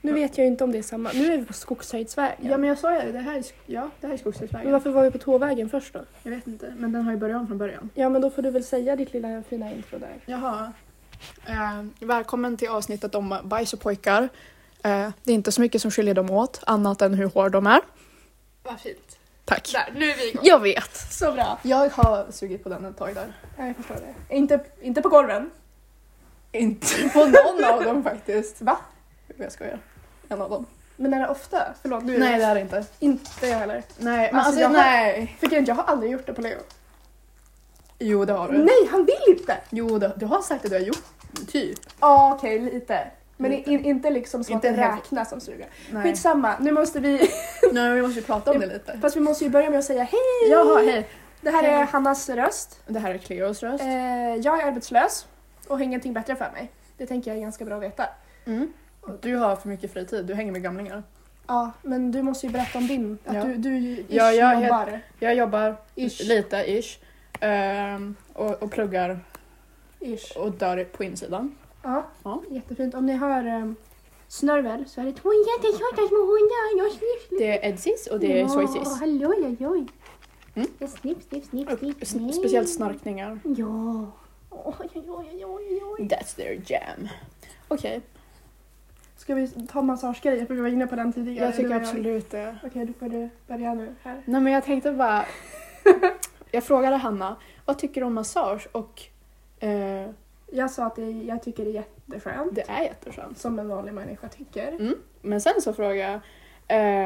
Nu vet jag ju inte om det är samma. Nu är vi på Skogshöjdsvägen. Ja men jag sa ju det, det här är, sk- ja, det här är Men Skogstorpsvägen. varför var vi på Tåvägen först då? Jag vet inte, men den har ju början från början. Ja men då får du väl säga ditt lilla fina intro där. Jaha. Eh, välkommen till avsnittet om bajs och pojkar. Eh, det är inte så mycket som skiljer dem åt, annat än hur hårda de är. Vad fint. Tack. Där, nu är vi igång. Jag vet. Så bra. Jag har sugit på den ett tag där. Ja, jag förstår det. Inte, inte på golven. Inte på någon av dem faktiskt. Va? Jag skojar. En av dem. Men är det ofta? Förlåt, nu är Nej det- det är det inte. inte jag heller. Nej, men Alltså, alltså, jag har- nej. För grejen, jag har aldrig gjort det på Leo. Jo det har du. Nej, han vill inte! Jo det, du har sagt att du har gjort. Typ. Ja, okej, lite. Men Lite. In, inte liksom så Inte att det helt. räknas som suga. Nej. Skitsamma, nu måste vi... Nej men vi måste ju prata om det lite. Fast vi måste ju börja med att säga hej! Jaha, hej. Det här är Hej. Hannas röst. Det här är Cleos röst. Eh, jag är arbetslös och har ingenting bättre för mig. Det tänker jag är ganska bra att veta. Mm. Du har för mycket fritid, du hänger med gamlingar. Ja, men du måste ju berätta om din. Att Ja. du, du ju- ish, Ja, jag jobbar. Jag jobbar Ish. lite, ish. Ehm, och, och pluggar Ish. och dör på insidan. Ja. Ja. jättefint. Om ni hör um, snörvel så är det två jättesöta små hundar. Jag snifflar. Det är edsis och det är Ja, soisis. hallå, oj, oj, oj. Mm. Jag sniff, sniff, sniff, Och sniff. s- Speciellt snarkningar. Ja. Oj, oj, oj, oj, oj. That's their jam. Okej, Ska vi ta massagegrejer? För vi var inne på den tidigare. jag tycker Du och absolut det. Okej, då får du börja nu. Här. Nej men jag tänkte bara... jag frågade Hanna, vad tycker du om massage? Och eh, Jag sa att det, jag tycker det är jätteskönt. det är jätteskönt. Som en vanlig människa tycker. Men sen så frågade jag,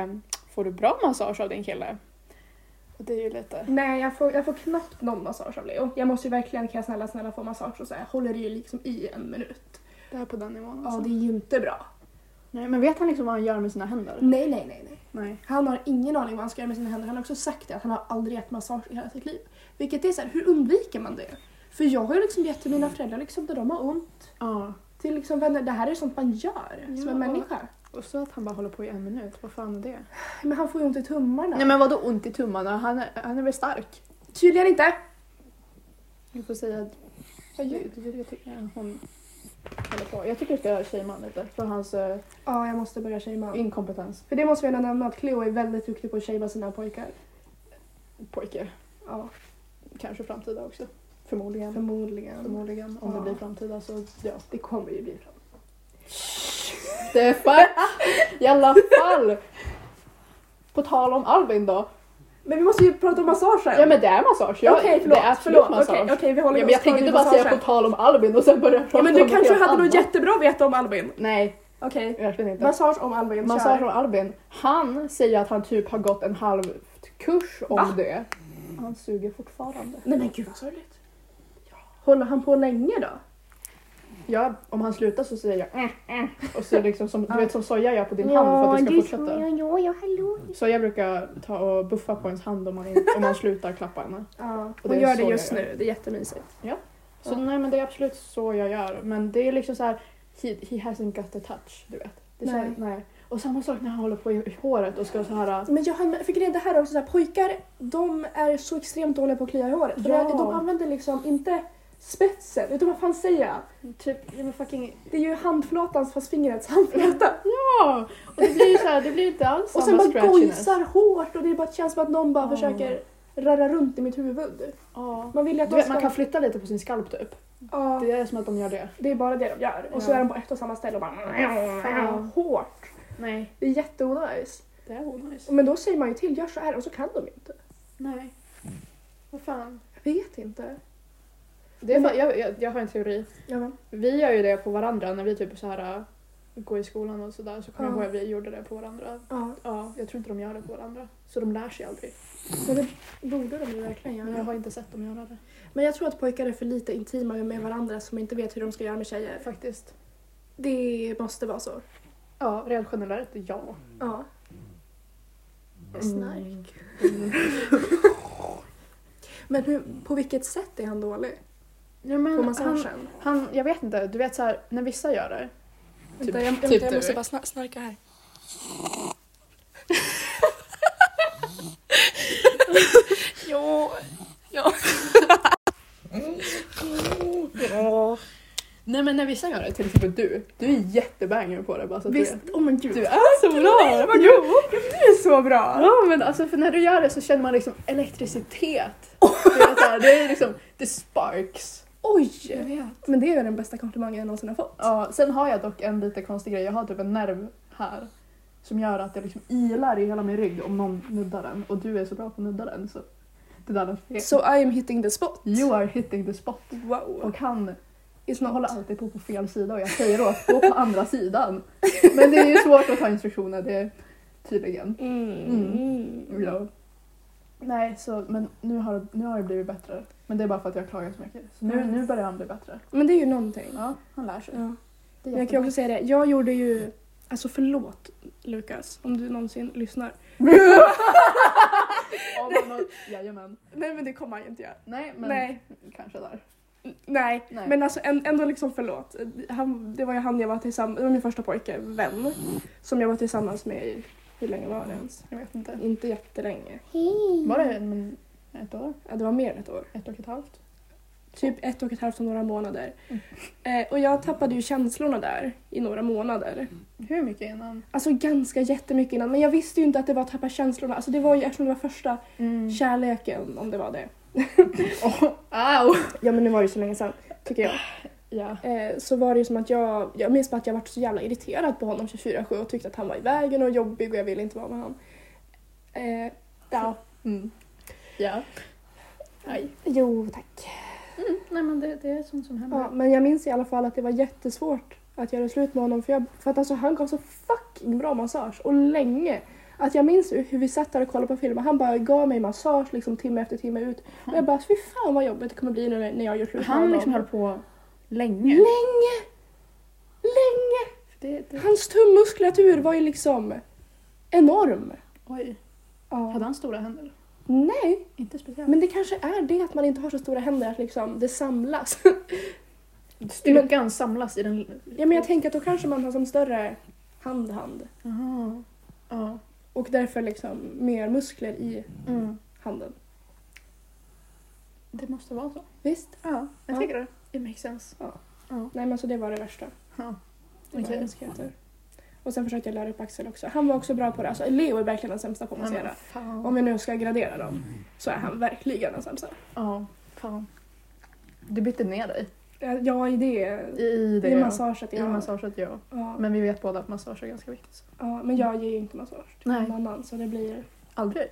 eh, får du bra massage av din kille? Och det är ju lite... Nej, jag får, jag får knappt någon massage av Leo. Jag måste ju verkligen, kan jag snälla, snälla få massage och så här, håller det ju liksom i en minut. Det är på den nivån alltså. Ja, det är ju inte bra. Nej, men vet han liksom vad han gör med sina händer? Nej, nej, nej, nej. Nej. Han har ingen aning vad han ska göra med sina händer. Han har också sagt det, att han har aldrig gett massage i hela sitt liv. Vilket är så här, hur undviker man det? För jag har ju liksom gett till Mm. mina föräldrar liksom när de har ont. Ja. Till liksom vänner, det här är sånt man gör som Ja. en människa. Och så att han bara håller på i en minut, vad fan är det? Men han får ju ont i tummarna. Nej men vadå ont i tummarna? Han är, han är väl stark? Tydligen inte. Du får säga att Vad jag, gör- jag, jag tycker att hon håller på. Jag tycker du ska shamea honom lite för hans eh, Ja, jag måste börja shamea. inkompetens. För det måste vi ändå nämna att Cleo är väldigt duktig på att shamea sina pojkar. Pojke. Ja, Kanske framtida också. Förmodligen. förmodligen. Förmodligen. Om det Ja. blir framtida så ja. Det kommer ju bli fram. The fuck! I alla fall! På tal om Albin då. Men vi måste ju prata om massagen. Ja men det är massage. Okej, Jag- förlåt. Det är absolut förlåt. massage. Okej, okej, vi håller Ja, men oss jag kvar tänkte vid bara säga massagen. på tal om Albin och sen börja prata Ja, men du om kanske helt hade något annat. jättebra att veta om Albin. Nej, Okej. verkligen inte. Massage om Albin. Massage kör. om Albin. Han säger att han typ har gått en halv kurs om Va? det. Han suger fortfarande. Nej men gud vad sorgligt. Håller han på länge då? Ja, om han slutar så säger jag "Mm, mm." och så liksom som, du vet som soja gör på din hand för ja, att du ska gud, fortsätta. Ja, ja, ja, hallå. Soja brukar ta och buffa på ens hand om man, inte- om man slutar klappa henne. Ja, Och och det är hon gör så det jag just gör. nu. Det är jättemysigt. Så Ja. nej men det är absolut så jag gör. Men det är liksom så här, he, he hasn't got the touch, du vet. Det är så, Nej. nej. Och samma sak när han håller på i, i håret och ska så här Men jag har, för grejen det här är också så här, pojkar de är så extremt dåliga på att klia i håret. För Ja. det- De använder liksom inte spetsen, utan vad fan säger jag? typ, ja men fucking Det är ju handflatans fast fingrets handflata. Ja! Och det blir ju så här, det blir inte alls Och sen samma bara scratchiness. gojsar hårt och det bara känns som att någon bara Ja. försöker röra runt i mitt huvud. Ja. Man vill ju att de Du vet, ska... man kan flytta lite på sin skalp typ. ja, Det är som att de gör det. det är bara det de gör. Och så Ja. är de på ett och samma ställe och bara... Fan. Hårt. Nej. Det är jätteonajs. Det är onajs. Men då säger man ju till, gör så här och så kan de ju inte. Nej. Vad fan. Jag vet inte. Det är fan jag, jag, jag har en teori. Ja. Vi gör ju det på varandra när vi typ så här äh, går i skolan och sådär så kommer jag Ja. ihåg att vi gjorde det på varandra. ja. Ja, jag tror inte de gör det på varandra. Så de lär sig aldrig. Men det borde de ju verkligen Men jag göra. har inte sett dem göra det. Men jag tror att pojkar är för lite intima med varandra som inte vet hur de ska göra med tjejer. Faktiskt. Det måste vara så. Ja, rent generellt ja. Ja. Mm. Mm. Snark. Men hur, på vilket sätt är han dålig? Ja, På men han, massagen? han, jag vet inte, du vet så här när vissa gör det Vänta, jag, typ vänta, jag du. måste bara snar- snarka här. ja. Ja. Nej men när vissa gör det, till exempel du. Du är jättebanger på det bara så att du Visst, vet. oh men gud. Du är så Nej, bra! vad Jo. Du är så bra! Ja men alltså för när du gör det så känner man liksom elektricitet. Det är, så här, det är liksom, det sparks. Oj! vet. Men det är ju den bästa komplimangen jag någonsin har fått. Ja, sen har jag dock en lite konstig grej. Jag har typ en nerv här som gör att jag liksom ilar i hela min rygg om någon nuddar den. Och du är så bra på att nudda den så det där är fel. So I am hitting the spot. You are hitting the spot. Wow. Och han It's håller not. alltid på på fel sida och jag säger åt gå på andra sidan. Men det är ju svårt att ta instruktioner, det är tydligen. Mm. Ja. Nej, så, men nu har, nu har det blivit bättre. Men det är bara för att jag klagar så mycket. Så nu, Mm. nu börjar han bli bättre. Men det är ju någonting. Ja, han lär sig. Ja. Det är Men Jag kan jättebra. också säga det, jag gjorde ju, alltså förlåt Lukas om du någonsin lyssnar. Om han har- Jajamän. Nej men det kommer han ju inte göra. Nej, men Nej. kanske där. N- Nej. Nej. men alltså en- ändå liksom förlåt. Han, det var ju han jag var tillsammans det var min första pojke, vän, som jag var tillsammans med i, hur länge var det ens? Jag vet inte. Inte jättelänge. Var det en, ett år? Ja, det var mer än ett år. Ett och ett halvt? Typ ett och ett halvt och några månader. Mm. Eh, och jag tappade ju känslorna där i några månader. Hur mycket innan? Alltså ganska jättemycket innan. Men jag visste ju inte att det var att tappa känslorna. Alltså det var ju eftersom det var första Mm. kärleken, om det var det. Au! Ja men nu var det ju så länge sedan, tycker jag. Ja. Eh, så var det ju som att jag, jag minns bara att jag var så jävla irriterad på honom 24-7 och tyckte att han var i vägen och jobbig och jag ville inte vara med honom. Eh, ja. Mm. Ja. Aj. Jo tack. Nej men det, det är sånt som händer. Ja, men jag minns i alla fall att det var jättesvårt att göra slut med honom för, jag, för att alltså, han gav så fucking bra massage och länge. Att jag minns ju hur vi satt där och kollade på filmer. Han bara gav mig massage liksom timme efter timme ut. Och jag bara fy fan vad jobbigt det kommer bli nu när jag gör slut med Han honom. liksom höll på länge. Länge! Länge! Det, det... Hans tummuskulatur var ju liksom enorm. Oj. Hade Ja. han stora händer? Nej, Inte speciellt. men det kanske är det att man inte har så stora händer att liksom det samlas. Styrkan samlas i den... ja, men jag tänker att då kanske man har som större hand-hand Aha. Ja. och därför liksom mer muskler i Mm. handen. Det måste vara så. Visst? Ja, jag Ja. tycker det. It makes sense. Nej, men så det var det värsta. Ja. Det var Okej. hennes skater. Och sen försökte jag lära upp Axel också. Han var också bra på det. Alltså, Leo är verkligen den sämsta på att Ja, massera. men fan. Om jag nu ska gradera dem så är han verkligen den sämsta. Ja, fan. Du bytte ner dig. Ja, i det... I det, I ja. massaget, I ja. massaget, ja. Ja. Men vi vet båda att massage är ganska viktigt. så. Ja, men jag ger ju inte massage till Nej. någon annan så det blir... Aldrig.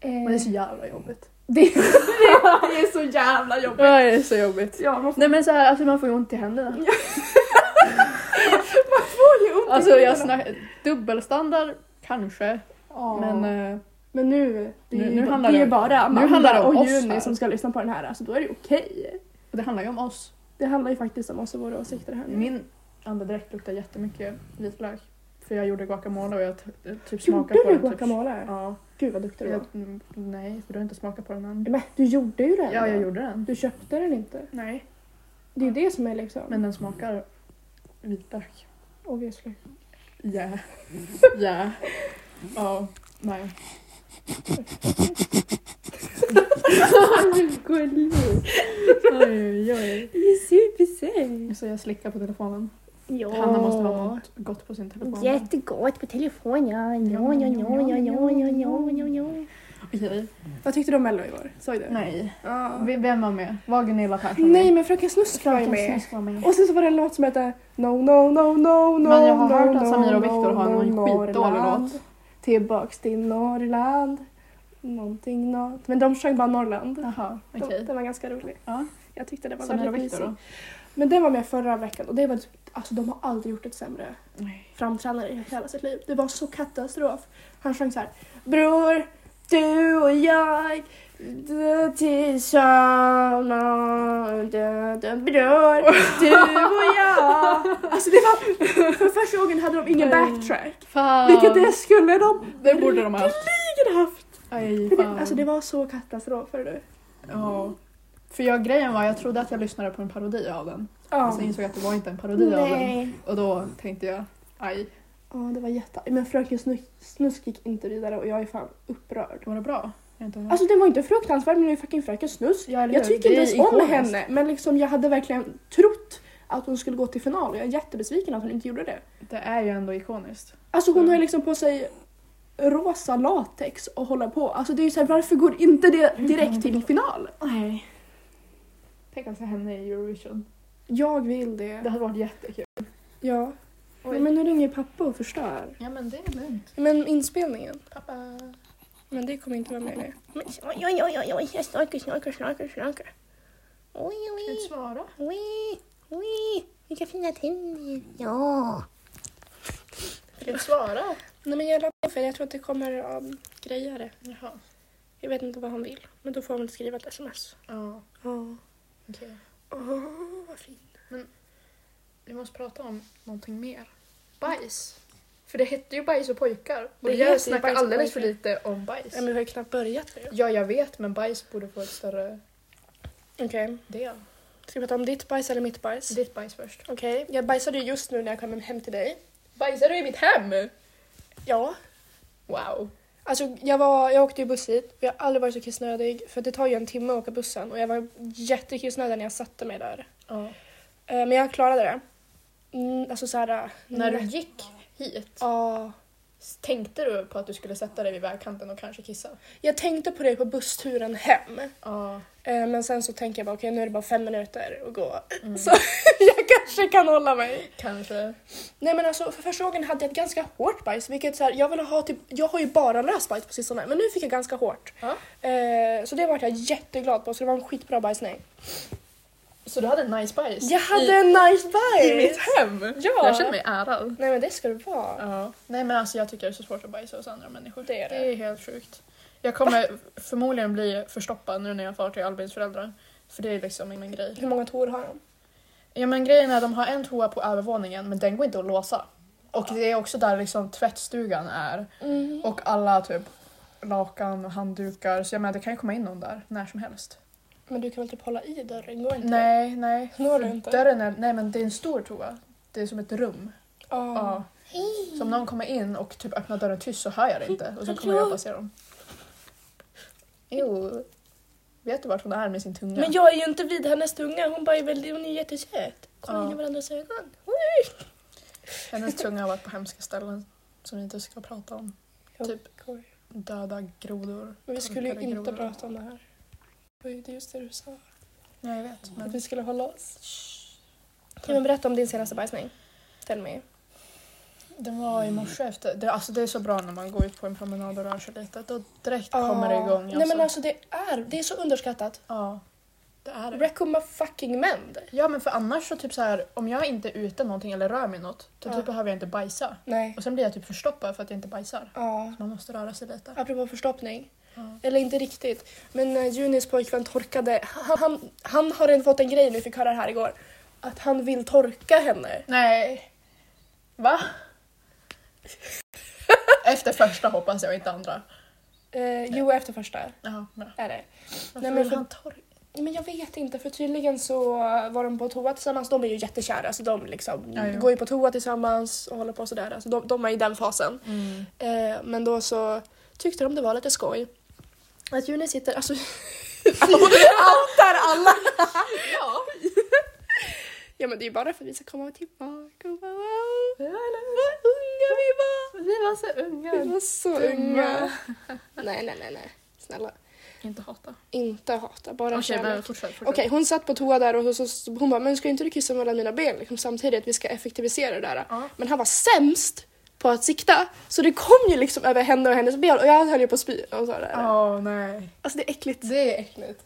Eh, Men det är så jävla jobbigt. det, är- det är så jävla jobbigt. Ja, det är så jobbigt. Ja, man får, Nej men så här, alltså man får ju ont i händerna. man får ju ont i Alltså jag händerna. snack, dubbelstandard, kanske. Ja. Men Men, eh, nu, det är Nu- ju, nu det handlar är det- ju bara Amanda handlar det om och oss Juni här. som ska lyssna på den här, alltså då är det ju okej. det handlar ju om oss. Det handlar ju faktiskt om oss och våra åsikter här nu. Min andedräkt luktar jättemycket vitlök. För jag gjorde guacamole och jag t- typ Gjorde smakade på du den. guacamole? Typ. Ja. Gud vad duktig du var. Jag, mm, nej, för du har inte smakat på den än. Men du gjorde ju den. Ja, jag va? gjorde den. Du köpte den inte. Nej. Det är ju det som är liksom... Men den smakar vitlök. Obviously. Ja. Ja. Ja. Nej. Gullig. Oj, oj. Supersöt. Så jag slickar på telefonen. Ja. Hanna måste ha något gott på sin telefon. Jättegott på telefonen. Ja, ja, ja, ja, ja, ja, ja, ja, ja. Okej. Vad tyckte du om Mello igår? Såg du? Nej. Ja. V- Vem var med? Var Gunilla Persson med? Nej men Fröken Snusk var ju Fröken med. Snusk var med. Och sen så var det en låt som hette No no no no no Men jag har no, hört att no, Samir no, och Viktor har någon skitdålig Norrland. låt. Tillbaks till Norrland. Någonting något. Men de sjöng bara Norrland. Jaha, De- okej. Den var ganska rolig. Ja. Jag tyckte det var Samir och väldigt Viktor mysig. då? Men den var med förra veckan och det var typ, alltså de har aldrig gjort ett sämre Nej. framträdande i hela sitt liv. Det var så katastrof. Han sjöng så här. Bror, du och jag du tillsammans. du- du- Bror, du och jag. Alltså det var, för första gången hade de ingen backtrack. Fan. Vilket det skulle de Det borde de ha haft. verkligen haft. Aj, fan. Alltså det var så katastrof. Hör du. Ja. För jag, grejen var, jag trodde att jag lyssnade på en parodi av den. Ja. Sen insåg jag att det var inte en parodi av den. Nej. Och då tänkte jag, aj, ja, det var jätte... Men Fröken Snusk, Snusk gick inte vidare och jag är fan upprörd. var det bra? Jag har inte hört. Alltså den var inte fruktansvärd men det är fucking Fröken Snusk. Ja, eller Jag hur? tycker inte Det är ens om ikoniskt. henne men liksom jag hade verkligen trott att hon skulle gå till final och jag är jättebesviken att hon inte gjorde det. Det är ju ändå ikoniskt. Alltså hon Mm. har ju liksom på sig rosa latex och håller på. Alltså det är ju såhär, varför går inte det direkt till final? Nej. Tänk att se henne i Eurovision. Jag vill det. Det hade varit jättekul. Ja. Oj. Men nu ringer pappa och förstör. Ja men det är lugnt. Men inspelningen. Pappa. Men det kommer inte vara med nu. Men Oj, oj, oj, oj, oj, jag snorkar, snorkar, snorkar, snorkar. Oj, Kan du inte oj, svara? oj, oj, vilka fina tänder. Ja. Kan du inte svara? Nej men jag lappar för jag tror att det kommer um, grejer det. Jaha. Jag vet inte vad han vill. Men då får han väl skriva ett sms. Ja, Ja. okej. Åh, vad fint. Vi måste prata om någonting mer. Bajs. För det hette ju bajs och pojkar. Och Det heter ju jag snackar bajs och alldeles för pojkar. lite om bajs. Ja, men vi har ju knappt börjat nu. Ja, jag vet, men bajs borde få ett större Okej. del. Ska vi prata om ditt bajs eller mitt bajs? Ditt bajs först. Okej, jag bajsade ju just nu när jag kom hem till dig. Bajsar du i mitt hem? Ja. Wow. Alltså jag, var, jag åkte ju buss hit och jag har aldrig varit så kissnödig för det tar ju en timme att åka bussen och jag var jättekissnödig när jag satte mig där. Ja. Eh, Men jag klarade det. Mm, alltså såhär... När du gick hit, Ja. tänkte du på att du skulle sätta dig vid vägkanten och kanske kissa? Jag tänkte på det på bussturen hem. Ja. Eh, Men sen så tänker jag bara okej nu är det bara fem minuter att gå. Mm. Så jag kanske kan hålla mig. Kanske. Nej men alltså för första gången hade jag ett ganska hårt bajs vilket så här, jag ville ha typ, jag har ju bara löst bajs på sistone men nu fick jag ganska hårt. Ja. Eh, så det var jag jätteglad på så det var en skitbra bajsning. Så du hade nice bajs? Jag hade en nice bajs! I mitt hem? Ja. Jag känner mig ärad. Nej men det ska det vara. Ja. Nej men alltså jag tycker det är så svårt att bajsa hos andra människor. Det är det. det är helt sjukt. Jag kommer förmodligen bli förstoppad nu när jag far till Albins föräldrar. För det är liksom min grej. Hur många toor har de? Ja men grejen är att de har en toa på övervåningen men den går inte att låsa. Och det är också där liksom tvättstugan är. Mm. Och alla typ lakan, handdukar. Så jag menar det kan ju komma in någon där när som helst. Men du kan väl typ hålla i dörren? Går inte Nej, nej. det? Når du inte? Dörren är, nej men det är en stor toa. Det är som ett rum. Ja. Ja. Så om någon kommer in och typ öppnar dörren tyst så hör jag det inte. Och så kommer jag passera dem. Jo. Vet du vart hon är med sin tunga? Men jag är ju inte vid hennes tunga, hon bara är väldigt, hon är jättesöt. Kolla Ja. in i varandras ögon. Hennes tunga har varit på hemska ställen som vi inte ska prata om. Jag Typ. går. Döda grodor. Men vi skulle ju torkade inte grodor. prata om det här. Det var ju just det du sa. Ja, jag vet. Men... Att vi skulle hålla oss. Kan du berätta om din senaste bajsning? Tell me. Den var i morse efter. Det, alltså det är så bra när man går ut på en promenad och rör sig lite. Då direkt Ja. kommer det igång. Alltså. Nej men alltså det är, det är så underskattat. Ja, det är det. Recomma fucking mend. Ja men för annars så typ så här, om jag inte är ute någonting eller rör mig något, då Ja. typ behöver jag inte bajsa. Nej. Och sen blir jag typ förstoppad för att jag inte bajsar. Ja. Man måste röra sig lite. Apropå förstoppning. Ja. Eller inte riktigt. Men eh, Junis pojkvän torkade, han, han, han har redan fått en grej nu, fick höra det här igår. Att han vill torka henne. Nej. Va? Efter första hoppas jag, inte andra. Eh, jo, efter första Ja, bra. är det. Varför Nej, men vill för- han torr? Men jag vet inte, för tydligen så var de på toa tillsammans. De är ju jättekära, så de liksom Ja, ja. går ju på toa tillsammans och håller på sådär. Alltså, de, de är i den fasen. Eh, men då så tyckte de det var lite skoj. Att Juni sitter, alltså... outar alla! Ja. Ja men det är ju bara för att vi ska komma tillbaka och bara wow, vad unga vi var! Vi var så unga. Vi var så unga. Nej, nej, nej, nej. Snälla. Inte hata. Inte hata, bara Okej, kärlek. men fortsätt. fortsätt. Okej, hon satt på toa där och så, så- så, hon bara, men ska inte du kissa mellan mina ben liksom, samtidigt? Vi ska effektivisera det där. Ja. Men han var sämst på att sikta, så det kom ju liksom över henne och hennes ben och jag höll ju på att spy. Och så där. Åh nej. Alltså det är äckligt. Det är äckligt.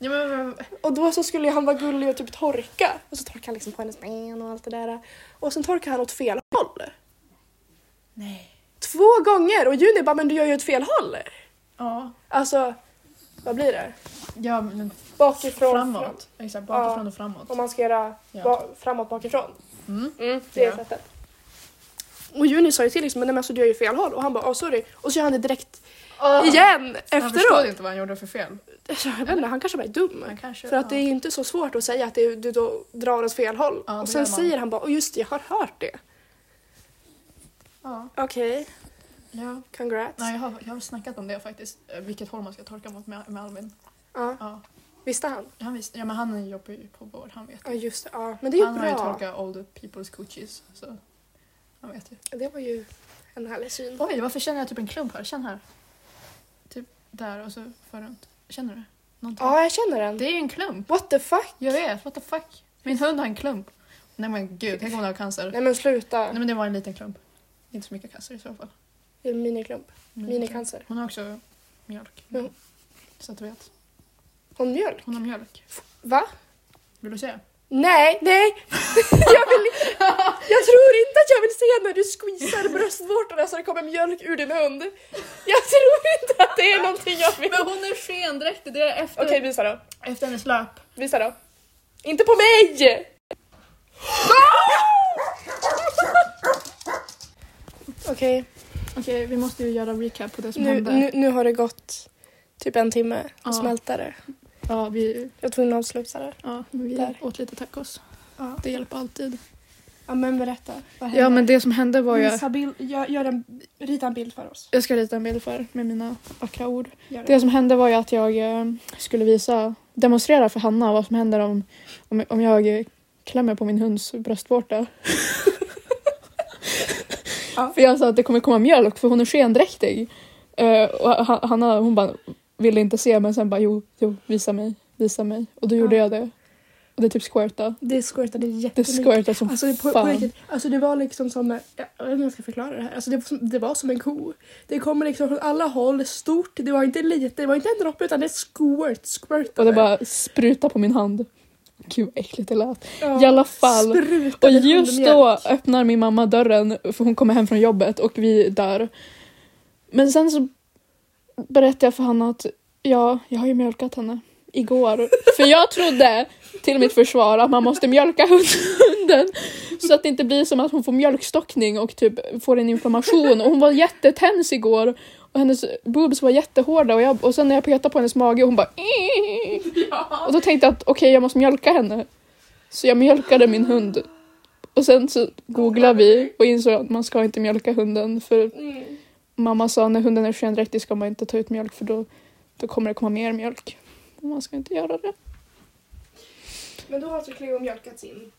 Ja, men, men, Och då så skulle ju han vara gullig och typ torka. Och så torkade han liksom på hennes ben och allt det där. Och sen torkade han åt fel håll. nej. Två gånger! Och Juni bara, men du gör ju åt fel håll. Ja, Alltså, vad blir det? ja men Bakifrån, framåt. fram. Exakt, bakifrån och Om framåt. man ska göra Ja. ba- framåt, bakifrån. Mm. Mm, det är Ja. sättet. Och Juni sa ju till liksom, men nej, men alltså, du gör ju fel håll. Och han bara, oh, sorry. Och så gör han det direkt igen Han förstod efteråt. inte vad han gjorde för fel. Alltså, jag vet inte, han kanske bara är dum. Han kanske, För att det är ja. ju inte så svårt att säga att det, du då drar åt fel håll. Ja, det och gör sen man. säger han bara, oh, just det, jag har hört det. Ja. Okej, ja. congrats. Nej, jag, har, jag har snackat om det faktiskt, eh, vilket håll man ska torka mot med, med Albin. Ja. Ja. Visste han? Han visste, ja men han jobbar ju på vård, han vet. Ja just det. Ja. Men det är ju han har ju bra. torkat old people's coochies. Så han vet ju. Det var ju en härlig syn. Oj, varför känner jag typ en klump här? Känn här. Typ där och så för runt. Känner du? Någonting? Ja jag känner den. Det är ju en klump. What the fuck? Jag vet, what the fuck. Min hund har en klump. Nej men gud, tänk om hon har cancer. Nej men sluta. Nej men det var en liten klump. Inte så mycket cancer i så fall. Det är en miniklump. Men- Minicancer. Hon har också mjölk. Mm. Så att du vet. Hon mjölk? Hon har mjölk. Va? Vill du se? Nej, nej! jag, vill, jag tror inte att jag vill se när du squeezar bröstvårtorna så det kommer mjölk ur din hund. Jag tror inte att det är någonting jag vill. Men hon är skendräktig, det är efter, Okej, visa då. efter hennes löp. Visa då. Inte på mig! Okej, Okej, vi måste ju göra recap på det som nu, hände. nu, nu har det gått typ en timme Ja. och smälta det. Ja, vi, Jag tror att avsluta det. ja, vi Där. åt lite tacos. Ja. Det hjälper alltid. Ja men berätta. Vad Ja, men det som hände var ju... Visa bild, gör, gör en, rita en bild för oss. Jag ska rita en bild för med mina vackra ord. Gör Det som hände var ju att jag eh, skulle visa, demonstrera för Hanna vad som händer om, om, om jag eh, klämmer på min hunds bröstvårta. Ja. För jag sa att det kommer komma mjölk för hon är skendräktig. Eh, och Ha- Hanna hon bara ville inte se men sen bara jo, jo visa mig, visa mig. Och då gjorde Ja. jag det. Och det typ squirtade. Det squirtade Det jättemycket. squirtade som Alltså det, på, på fan. riktigt, alltså det var liksom som, jag jag vet inte hur jag ska förklara det här, alltså det, var som- det var som en ko. Det kom liksom från alla håll, stort, det var inte lite, det var inte en droppe utan det squirt, squirtade. och det bara sprutade på min hand. Gud vad äckligt det lät. Ja, I alla fall. Och sprutade just hundmjölk. då öppnar min mamma dörren för hon kommer hem från jobbet och vi dör. Men sen så berättar jag för Hanna att ja, jag har ju mjölkat henne igår. För jag trodde, till mitt försvar, att man måste mjölka hund- hunden så att det inte blir som att hon får mjölkstockning och typ får en inflammation. Och hon var jättetens igår och hennes boobs var jättehårda och, jag, och sen när jag petade på hennes mage hon bara och då tänkte jag att okej, jag måste mjölka henne. Så jag mjölkade min hund. Och sen så googlade vi och insåg att man ska inte mjölka hunden för Mm. mamma sa när hunden är skendräktig ska man inte ta ut mjölk för då, då kommer det komma mer mjölk. Och man ska inte göra det. Men då har alltså Cleo mjölkat sin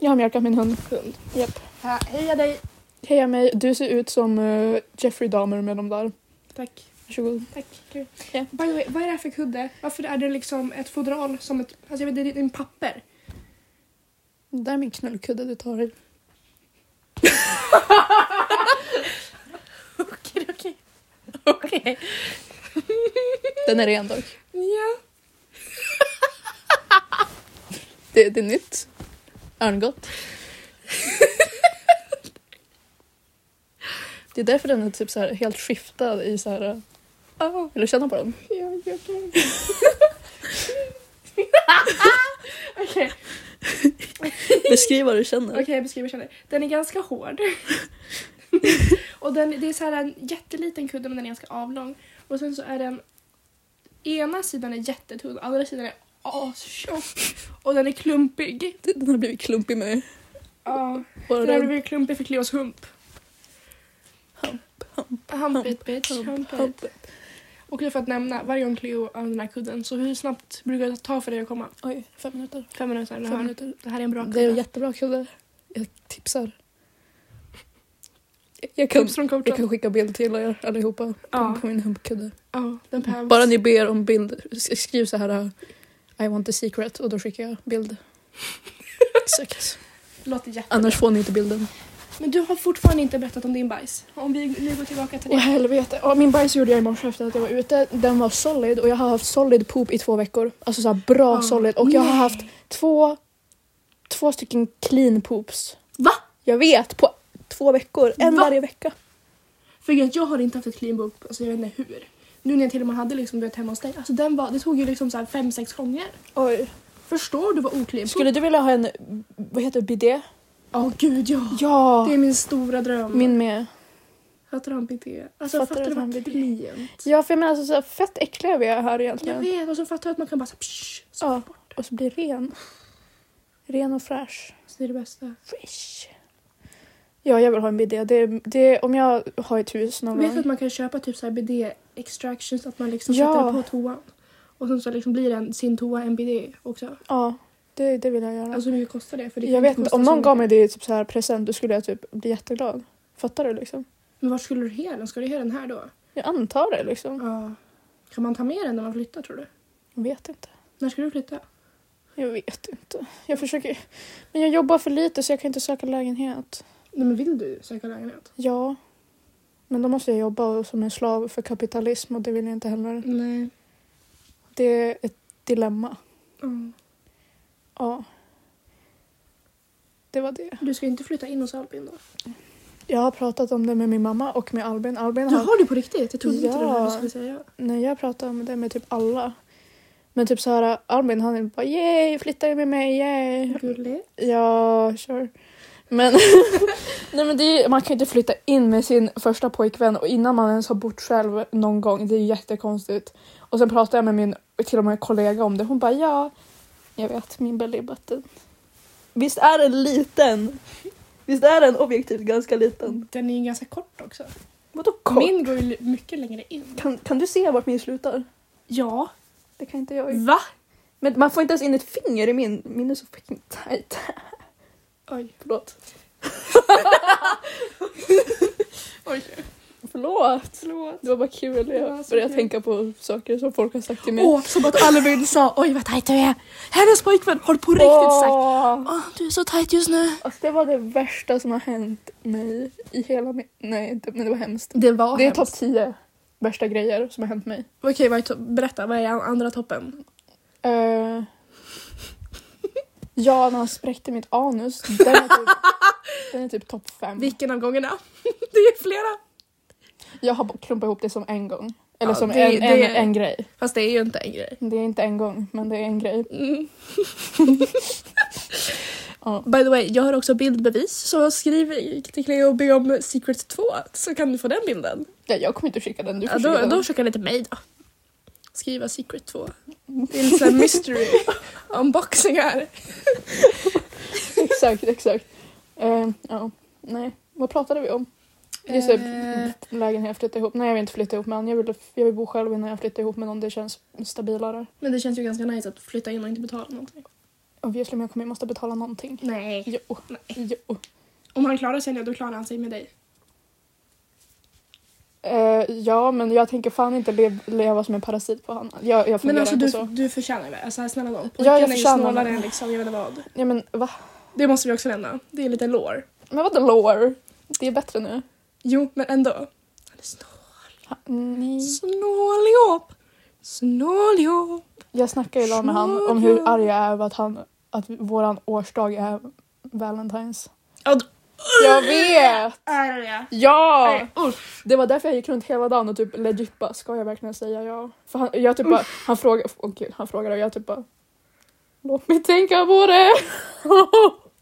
Jag har mjölkat min hund. hund. Japp. Ha, heja dig! Heja mig, du ser ut som eh, Jeffrey Dahmer med de där. Tack. Varsågod. Tack. Cleo. Ja. By the way, vad är det här för kudde? Varför är det liksom ett fodral som ett, alltså jag vet det är en papper. Det där är min knullkudde du tar i. Okej, okej. Okej. Den är ren dock. Ja. Det, det är nytt. Örngott. Det är därför den är typ så här helt skiftad i så här... Oh. Vill du känna på den? Ja, jag kan. Okej, Beskriv vad du känner. okej, jag beskriver känner. Den är ganska hård. och den, det är så här en jätteliten kudde men den är ganska avlång. Och sen så är den ena sidan är jättetunn, andra sidan är astjock och den är klumpig. Den har blivit klumpig med Ja, den har håren. blivit klumpig för Cleos hump. Hump, hump, hump, it, bitch, hump, hump, Hump. Och det är för att nämna, varje gång Cleo använder den här kudden, så hur snabbt brukar det ta för dig att komma? Oj, fem minuter. Fem minuter. den Fem här- minuter. Det här är en bra Det är en jättebra kudde. Jag tipsar. Jag kan, Tips från coachen. jag kan skicka bild till er allihopa på, Ja. på min humpkudde. Ja, den behövs. Bara ni ber om bild, sk- skriv så här uh, I want the secret och då skickar jag bild. Exakt. Låter jätte... Annars får ni inte bilden. Men du har fortfarande inte berättat om din bajs. Om vi nu går tillbaka till Åh det. helvete. Ja, min bajs gjorde jag i morse efter att jag var ute. Den var solid och jag har haft solid poop i två veckor. Alltså så här bra Ah, solid. Och jag har nej. haft två, två stycken clean poops. Va? Jag vet, på två veckor. En Va? varje vecka. För grejen är att jag har inte haft ett clean book, alltså jag vet inte hur. Nu när jag till och med hade liksom, du vet, hemma hos dig. Alltså den var, det tog ju liksom så här fem, sex gånger. Oj. Förstår du vad oclean Skulle du vilja ha en, vad heter det, bidé? Ja, gud ja. Ja! Det är min stora dröm. Min med. Fattar du inte det? Alltså Fattar fattar, du du vad vad han vill? klient? Ja för jag menar alltså, så här, fett äckliga vi är här Jag egentligen. vet, och så fattar jag att man kan bara så, här, psh, så. Ja, och så blir ren. Ren och fräsch. Så det är det bästa. Fresh. Ja, jag vill ha en bidé. Det, det, om jag har ett hus någon Vet du gång. att man kan köpa typ så här BD extractions, att man liksom Ja. sätter det på toan? Och sen så liksom blir det en, sin toa NBD också. Ja, det, det vill jag göra. Alltså hur mycket kostar det? För det kan jag vet inte, kosta om så någon gav mycket. mig det i typ så här present då skulle jag typ bli jätteglad. Fattar du liksom? Men var skulle du ha den? Ska du ha den här då? Jag antar det liksom. Ja. Kan man ta med den när man flyttar tror du? Jag vet inte. När ska du flytta? Jag vet inte. Jag försöker... Men jag jobbar för lite så jag kan inte söka lägenhet. Nej men vill du söka lägenhet? Ja. Men då måste jag jobba som en slav för kapitalism och det vill jag inte heller. Nej. Det är ett dilemma. Mm. Ja. Det var det. Du ska inte flytta in hos Albin då? Jag har pratat om det med min mamma och med Albin. Albin Du har... har det på riktigt? Jag trodde inte det var Ja. det du skulle säga. Nej, jag pratar om det med typ alla. Men typ så här, Albin han är bara yay, flytta in med mig, yay. Gullig. Ja, sure. Men, nej, men det är, ju- man kan ju inte flytta in med sin första pojkvän och innan man ens har bott själv någon gång. Det är jättekonstigt. Och sen pratade jag med min till och med kollega om det. Hon bara ja, jag vet min belly button. Visst är den liten? Visst är den objektivt ganska liten? Den är ju ganska kort också. Vadå kort? Min går ju li- mycket längre in. Kan, kan du se vart min slutar? Ja. Det kan inte jag. Va? Men man får inte ens in ett finger i min. Min är så fucking tight. Oj. Förlåt. Oj. Förlåt. Förlåt. Det var bara kul. Det var Jag så började kul. tänka på saker som folk har sagt till mig. Åh, som att Albin sa oj vad tajt du är. Hennes pojkvän har på riktigt sagt Åh! "Åh, du är så tajt just nu. Alltså, det var det värsta som har hänt mig i hela min... Nej, det, men det var hemskt. Det var det är hemskt. topp 10 värsta grejer som har hänt mig. Okej, vad är to- berätta vad är an- andra toppen? Eh, ja, när han spräckte mitt anus. Den är typ, den är typ topp 5. Mm. Vilken av gångerna? det är flera. Jag har bara klumpat ihop det som en gång. Eller Ja, som det- en, en, det- en grej. Fast det är ju inte en grej. Det är inte en gång, men det är en grej. Mm. Ja. By the way, jag har också bildbevis så skriv till Cleo och be om Secret 2 så kan du få den bilden. Ja, jag kommer inte att skicka den. Du Ja, får då, skicka då den. skickar ni till mig då. Skriva Secret 2. Mm. Det är en sån här mystery unboxing här. exakt, exakt. Eh, ja, nej. Vad pratade vi om? Just Ehm. Eh, det, lägenhet jag flyttar ihop. Nej jag vill inte flytta ihop med någon. Jag vill, jag vill bo själv innan jag flyttar ihop med någon. Det känns stabilare. Men det känns ju ganska nice att flytta in och inte betala någonting. Obviously men jag kommer jag måste betala någonting. Nej. Jo. jo. Om han klarar sig nu, då klarar han sig med dig. Eh, ja men jag tänker fan inte lev, leva som en parasit på honom. Jag, jag Men fungerar alltså inte du, så. du förtjänar det. Alltså snälla nån. Ja, jag Pojken är ju förtjänar snålare det. än liksom, jag vet inte vad. Ja men va? Det måste vi också nämna. Det är lite lore. Men vadå lore? Det är bättre nu. Jo, men ändå. Han är snål. Ha, nej. Snåljåp. Snåljåp. Jag snackade ju idag med han om hur arg jag är över att, han, att våran årsdag är Valentine's. Ja, d- Jag vet! Är det det? Ja! Nej, usch. Det var därför jag gick runt hela dagen och typ legit bara, ska jag verkligen säga ja? För han, jag typ bara, han frågade, åh gud, han frågade och jag typ bara, låt mig tänka på det!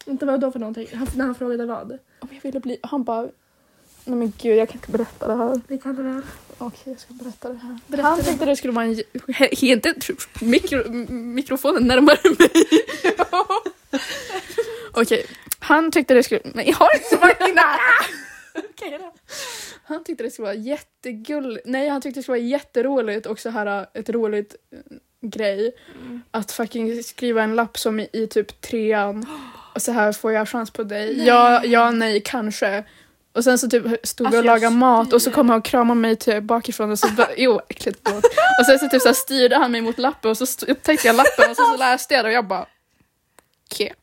Inte vad då för någonting? Han, när han frågade vad? Om jag ville bli, han bara, nej men gud jag kan inte berätta det här. Vi kan det Okej jag ska berätta det här. Berätta han det. tänkte det skulle vara en, j- he- inte mikro, m- mikrofonen närmare mig. Okej, han tyckte det skulle, nej jag har inte så mycket nära. Okej då. Han tyckte det skulle vara jättegulligt. Nej, han tyckte det skulle vara jätteroligt och så här äh, ett roligt äh, grej. Mm. Att fucking skriva en lapp som i, i typ trean. Och så här får jag chans på dig. Ja, ja, nej, kanske. Och sen så typ stod vi Alltså, jag och lagade mat och så kom han och kramade mig typ bakifrån och så bara, jo äckligt förlåt. Och sen så typ så här styrde han mig mot lappen och så st- upptäckte jag lappen och sen så läste jag det och jag bara okej.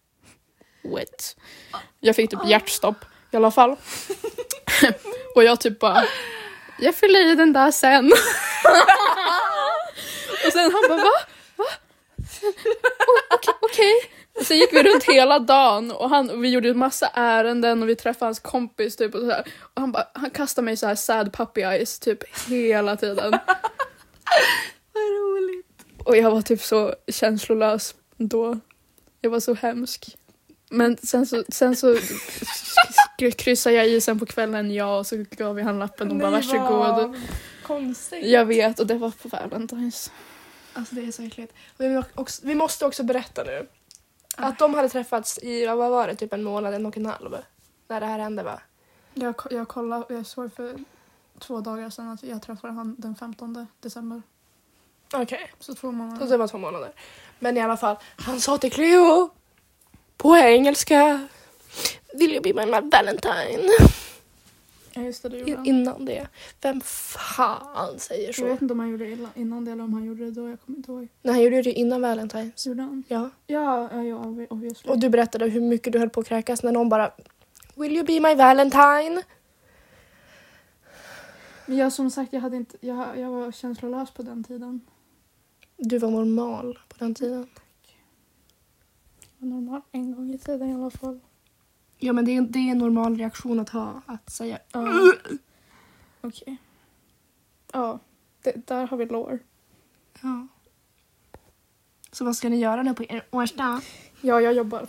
What? Jag fick Ah. typ hjärtstopp i alla fall. och jag typ bara jag fyller i den där sen. och sen han bara va? Va? O- Okej. okej." Och Sen gick vi runt hela dagen och, han, och vi gjorde massa ärenden och vi träffade hans kompis typ och så här. Och han, bara, han kastade mig så här sad puppy eyes typ hela tiden. Vad roligt. Och jag var typ så känslolös då. Jag var så hemsk. Men sen så, sen så sk- kryssade jag i sen på kvällen ja och så gav vi han lappen och bara varsågod. Konstigt. Jag vet och det var på Valentine's. Alltså det är så äckligt. Och Vi, må- också, vi måste också berätta nu. Att de hade träffats i, vad var det, typ en månad, en och en halv. När det här hände va? Jag, jag kollade, jag såg för två dagar sedan att jag träffade han den 15 december. Okej. Så två månader. Så det var två månader. Men i alla fall, han sa till Cleo på engelska Vill you be my, my Valentine? Ja just det, det gjorde In- han. Innan det. Vem fan säger Jag så? vet inte om han gjorde det illa- innan det eller om han gjorde det då, jag kommer inte ihåg. Nej, han gjorde det ju innan Valentine's. Gjorde han? Ja. Ja, ja, ja obvi- obviously. Och du berättade hur mycket du höll på att kräkas när någon bara Will you be my Valentine? Men jag som sagt, jag, hade inte, jag, jag var känslolös på den tiden. Du var normal på den tiden. Jag var normal en gång i tiden i alla fall. Ja, men det är, det är en normal reaktion att ha, att säga Ja. Okej. Ja, det, där har vi lår. ja. Så vad ska ni göra nu på er årsdag? Ja, jag jobbar.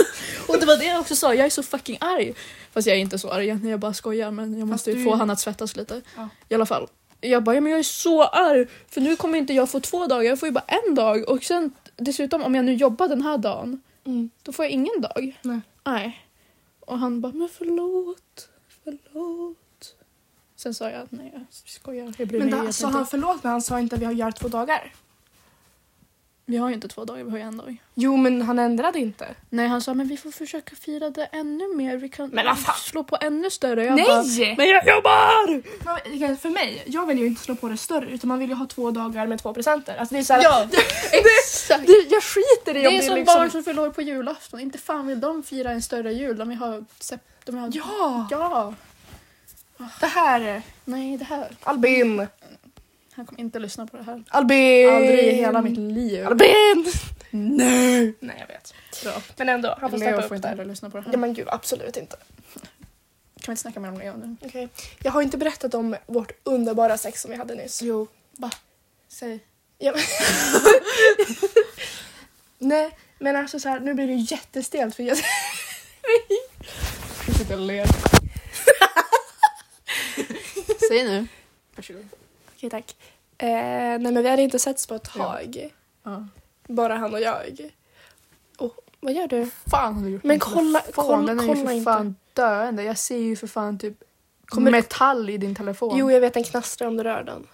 och det var det jag också sa, jag är så fucking arg. Fast jag är inte så arg egentligen, jag bara skojar men jag måste du ju är få ju- han att svettas lite. Ja. I alla fall. Jag bara, ja, men jag är så arg för nu kommer inte jag få två dagar, jag får ju bara en dag och sen dessutom om jag nu jobbar den här dagen, Mm. då får jag ingen dag. Nej. Nej. Och han bara, men förlåt, förlåt. Sen sa jag, nej jag skojar, jag bryr Men där mig sa egentligen han inte. förlåt, men han sa inte vi har gjort två dagar. Vi har ju inte två dagar, vi har ju en dag. Jo, men han ändrade inte. Nej, han sa men vi får försöka fira det ännu mer. Vi kan Men vad fan? slå på ännu större. Jag bara, Nej! men jag jobbar! Men, för mig, jag vill ju inte slå på det större utan man vill ju ha två dagar med två presenter. Alltså det är så här, Ja, exakt. det, jag skiter i Det om är som liksom... barn som fyller år på julafton. Inte fan vill de fira en större jul. De vill ha... sep- De vill ha Ja! ja! Det här! Nej, det här. Albin! Han kommer inte lyssna på det här. Albin! Aldrig i hela mitt liv. Albin! Nej! Nej, jag vet. Bra. Men ändå, han får Leo steppa får upp där. inte heller lyssna på det här. Ja men gud, absolut inte. Kan vi inte snacka mer om Leo nu? Okej. Jag har inte berättat om vårt underbara sex som vi hade nyss. Jo. Va? Säg. Ja, men... Nej, men alltså så här, nu blir det ju jättestelt för jag... Jag sitter och ler. Säg nu. Varsågod. Okej, tack. Eh, nej, men vi hade inte setts på ett tag. Ja. Bara han och jag. Oh, vad gör du? fan har du gjort Men med kolla- telefonen? kolla- Den är ju kolla för inte. fan döende. Jag ser ju för fan typ Kommer- metall i din telefon. Jo, jag vet den knastrar om du rör den.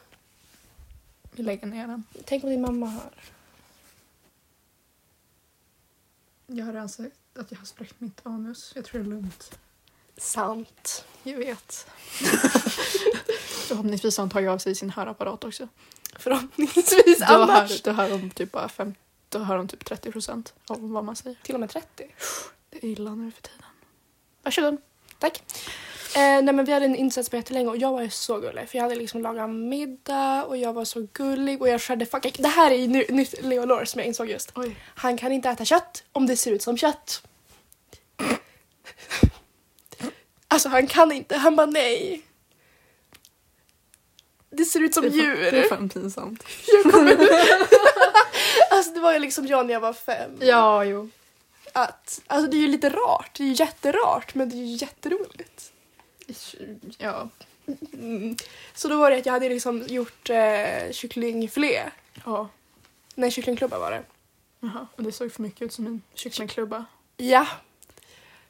Vi lägger ner den. Tänk om din mamma hör. Jag har redan sagt att jag har spräckt mitt anus. Jag tror det är lugnt. Sant. Jag vet. Förhoppningsvis har hon tagit av sig sin hörapparat också. Förhoppningsvis Då annars. hör, då hör de typ bara fem, då hör de typ 30 procent av vad man säger. Till och med 30. Det är illa nu för tiden. Varsågod. Tack. Eh, nej men vi hade en insats på jättelänge och jag var ju så gullig för jag hade liksom lagat middag och jag var så gullig och jag skärde fucking... Det här är ju ny- nytt Leolor som jag insåg just. Oj. Han kan inte äta kött om det ser ut som kött. Alltså han kan inte, han bara nej. Det ser ut som det är fan- djur. Det är fan pinsamt. Alltså det var ju liksom jag när jag var fem. Ja, jo. Att, alltså det är ju lite rart, det är ju jätterart men det är ju jätteroligt. Ja. Mm. Så då var det att jag hade liksom gjort eh, kycklingfilé. Ja. Nej, kycklingklubba var det. Jaha. Och det såg för mycket ut som en kycklingklubba. Ja.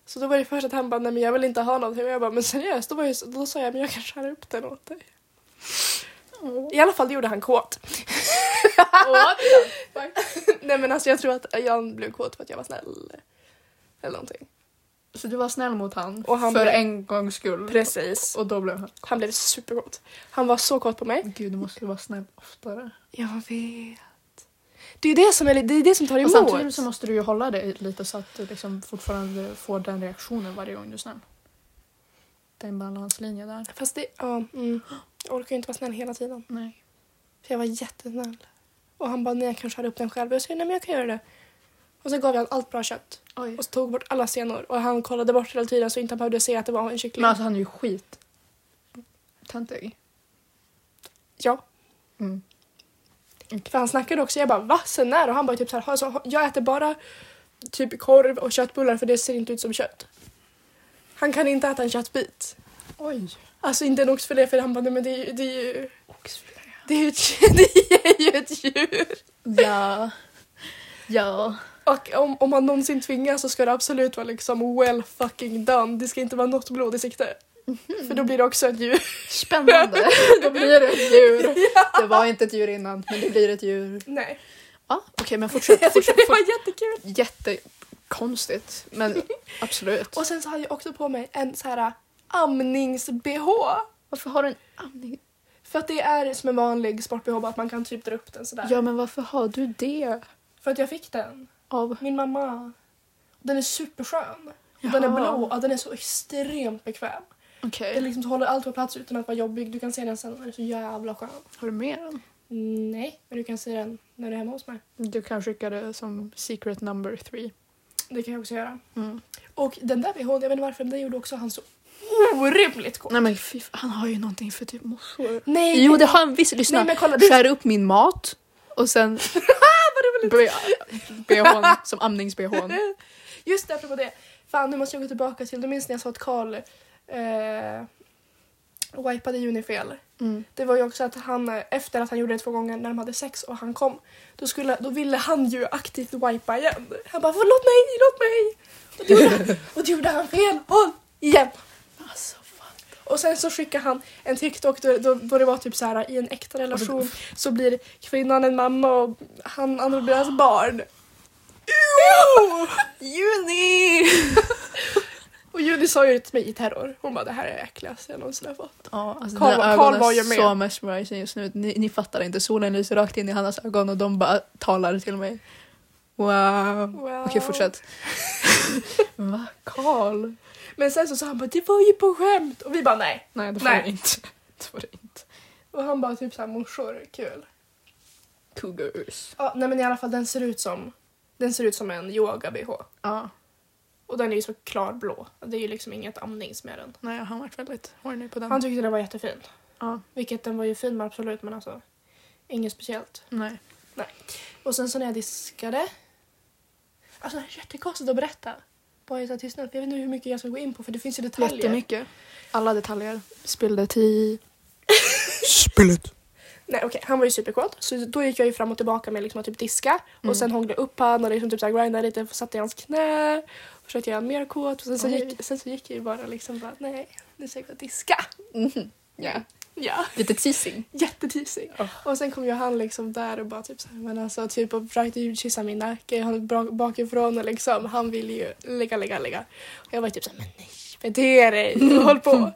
Så då var det först att han bara, nej men jag vill inte ha någonting. Och jag bara, men seriöst? Då, var jag, då sa jag, men jag kan skära upp den åt dig. I alla fall, det gjorde han kåt. nej men alltså jag tror att Jan blev kåt för att jag var snäll. Eller någonting. Så du var snäll mot han, Och han för blev- en gångs skull. Precis. Och då blev han... Han blev superkåt. Han var så kåt på mig. Gud, du måste vara snäll oftare. Jag vet. Det är ju det som, är, det är det som tar Och emot. samtidigt så måste du ju hålla dig lite så att du liksom fortfarande får den reaktionen varje gång du är snäll. Det är en balanslinje där. Fast det, ja, mm. Jag orkar ju inte vara snäll hela tiden. Nej. För jag var jättesnäll. Och han bara, nej jag kan skära upp den själv. Jag sa, nej men jag kan göra det. Och så gav jag allt bra kött. Oj. Och så tog bort alla senor. Och han kollade bort hela tiden så inte han behövde se att det var en kyckling. Men alltså han är ju skit... Töntig. Ja. Mm. För han snackade också, jag bara, va? Sen när? Och han bara typ så här, alltså, jag äter bara typ korv och köttbullar för det ser inte ut som kött. Han kan inte äta en köttbit. Oj. Alltså inte en oxfilé för han bara, nej men det är ju... Det är ju det är ju ett, det är ju ett djur. Ja. Ja. Och om, om man någonsin tvingas så ska det absolut vara liksom well fucking done. Det ska inte vara något blod i sikte. För då blir det också ett djur. Spännande. Då blir det ett djur. Det var inte ett djur innan, men det blir ett djur. Nej. Ja, okej men fortsätt. fortsätt, Det var fortsätt. jättekul. Jättekonstigt, men absolut. Och sen så hade jag också på mig en så här äh, amnings-bh. Varför har du en amning? För att det är som en vanlig sport-bh bara att man kan typ dra upp den sådär. Ja, men varför har du det? För att jag fick den. Av... Min mamma. Den är superskön. Och den är Jaha. blå och den är så extremt bekväm. Okej, Den liksom håller allt på plats utan att vara jobbig. Du kan se den sen och den är så jävla skön. har du med den? Nej, men du kan se den när du är hemma hos mig. Du kan skicka det som secret number three. Det kan jag också göra. Mm. Och den där bhn, jag vet inte varför, men den gjorde också han så orimligt kort. Nej men fy, fan, han har ju någonting för typ morsor. Nej, Jo men- det har han visst, lyssna. Nej men kolla, du, Skär upp min mat och sen... Be- BHn, som amnings-BHn. just det, apropå det. Fan, nu måste jag gå tillbaka till, du minns när jag sa att Karl eh, wipade Juni fel? Mm. Det var ju också att han, eh, efter att han gjorde det två gånger när de hade sex och han kom, då, skulle, då ville han ju aktivt wipa igen. Han bara låt mig, låt mig! Och det gjorde, han- och det gjorde han fel håll igen. Alltså, fan. Och sen så skickade han en TikTok då, då, då det var typ så här i en äkta relation så blir kvinnan en mamma och han andra blir hans barn. Jo! Juni! Och Judy sa ju till mig i terror, hon bara det här är det äckligaste jag någonsin har fått. Ja, Carl- alltså Carl, dina Carl ögon var ju är med. så mesmerizing just nu. Ni, ni fattar inte. Solen lyser rakt in i Hannas ögon och de bara talar till mig. Wow. Wow. Okej, fortsätt. Va? Carl? Men sen så sa han bara det var ju på skämt och vi bara nej. Nej, det får Nej. du inte. Det får du inte. Och han bara typ såhär morsor, kul. Cougars. Ja, nej men i alla fall den ser ut som, den ser ut som en yoga-bh. Ja. Och den är ju så klarblå. Det är ju liksom inget amnings med den. Nej, han varit väldigt horny på den. Han tyckte den var jättefin. ja. Vilket den var ju fin med absolut men alltså inget speciellt. Nej. Och sen så när jag diskade. Alltså det här är jättekonstigt att berätta. Bara i så här tystnad. För jag vet inte hur mycket jag ska gå in på för det finns ju detaljer. Jättemycket. Alla detaljer. Spillde ti. Nej okej, han var ju superkåt. Så då gick jag ju fram och tillbaka med liksom att typ diska. Mm. Och sen hånglade jag upp han och liksom typ så här grindade lite. Satte i hans knä. Försökte göra han mer kåt. Och sen så, Oj. gick, sen så gick jag ju bara liksom bara nej, nu ska jag gå och diska. Mm-hmm. Ja. Ja. Lite teasing. Jätteteasing. Och sen kom ju han liksom där och bara typ så här, men alltså typ och försökte ju kyssa min nacke han bra- bakifrån och liksom han ville ju lägga, lägga, lägga. Och jag var ju typ så här, men nej, bete dig, håll på.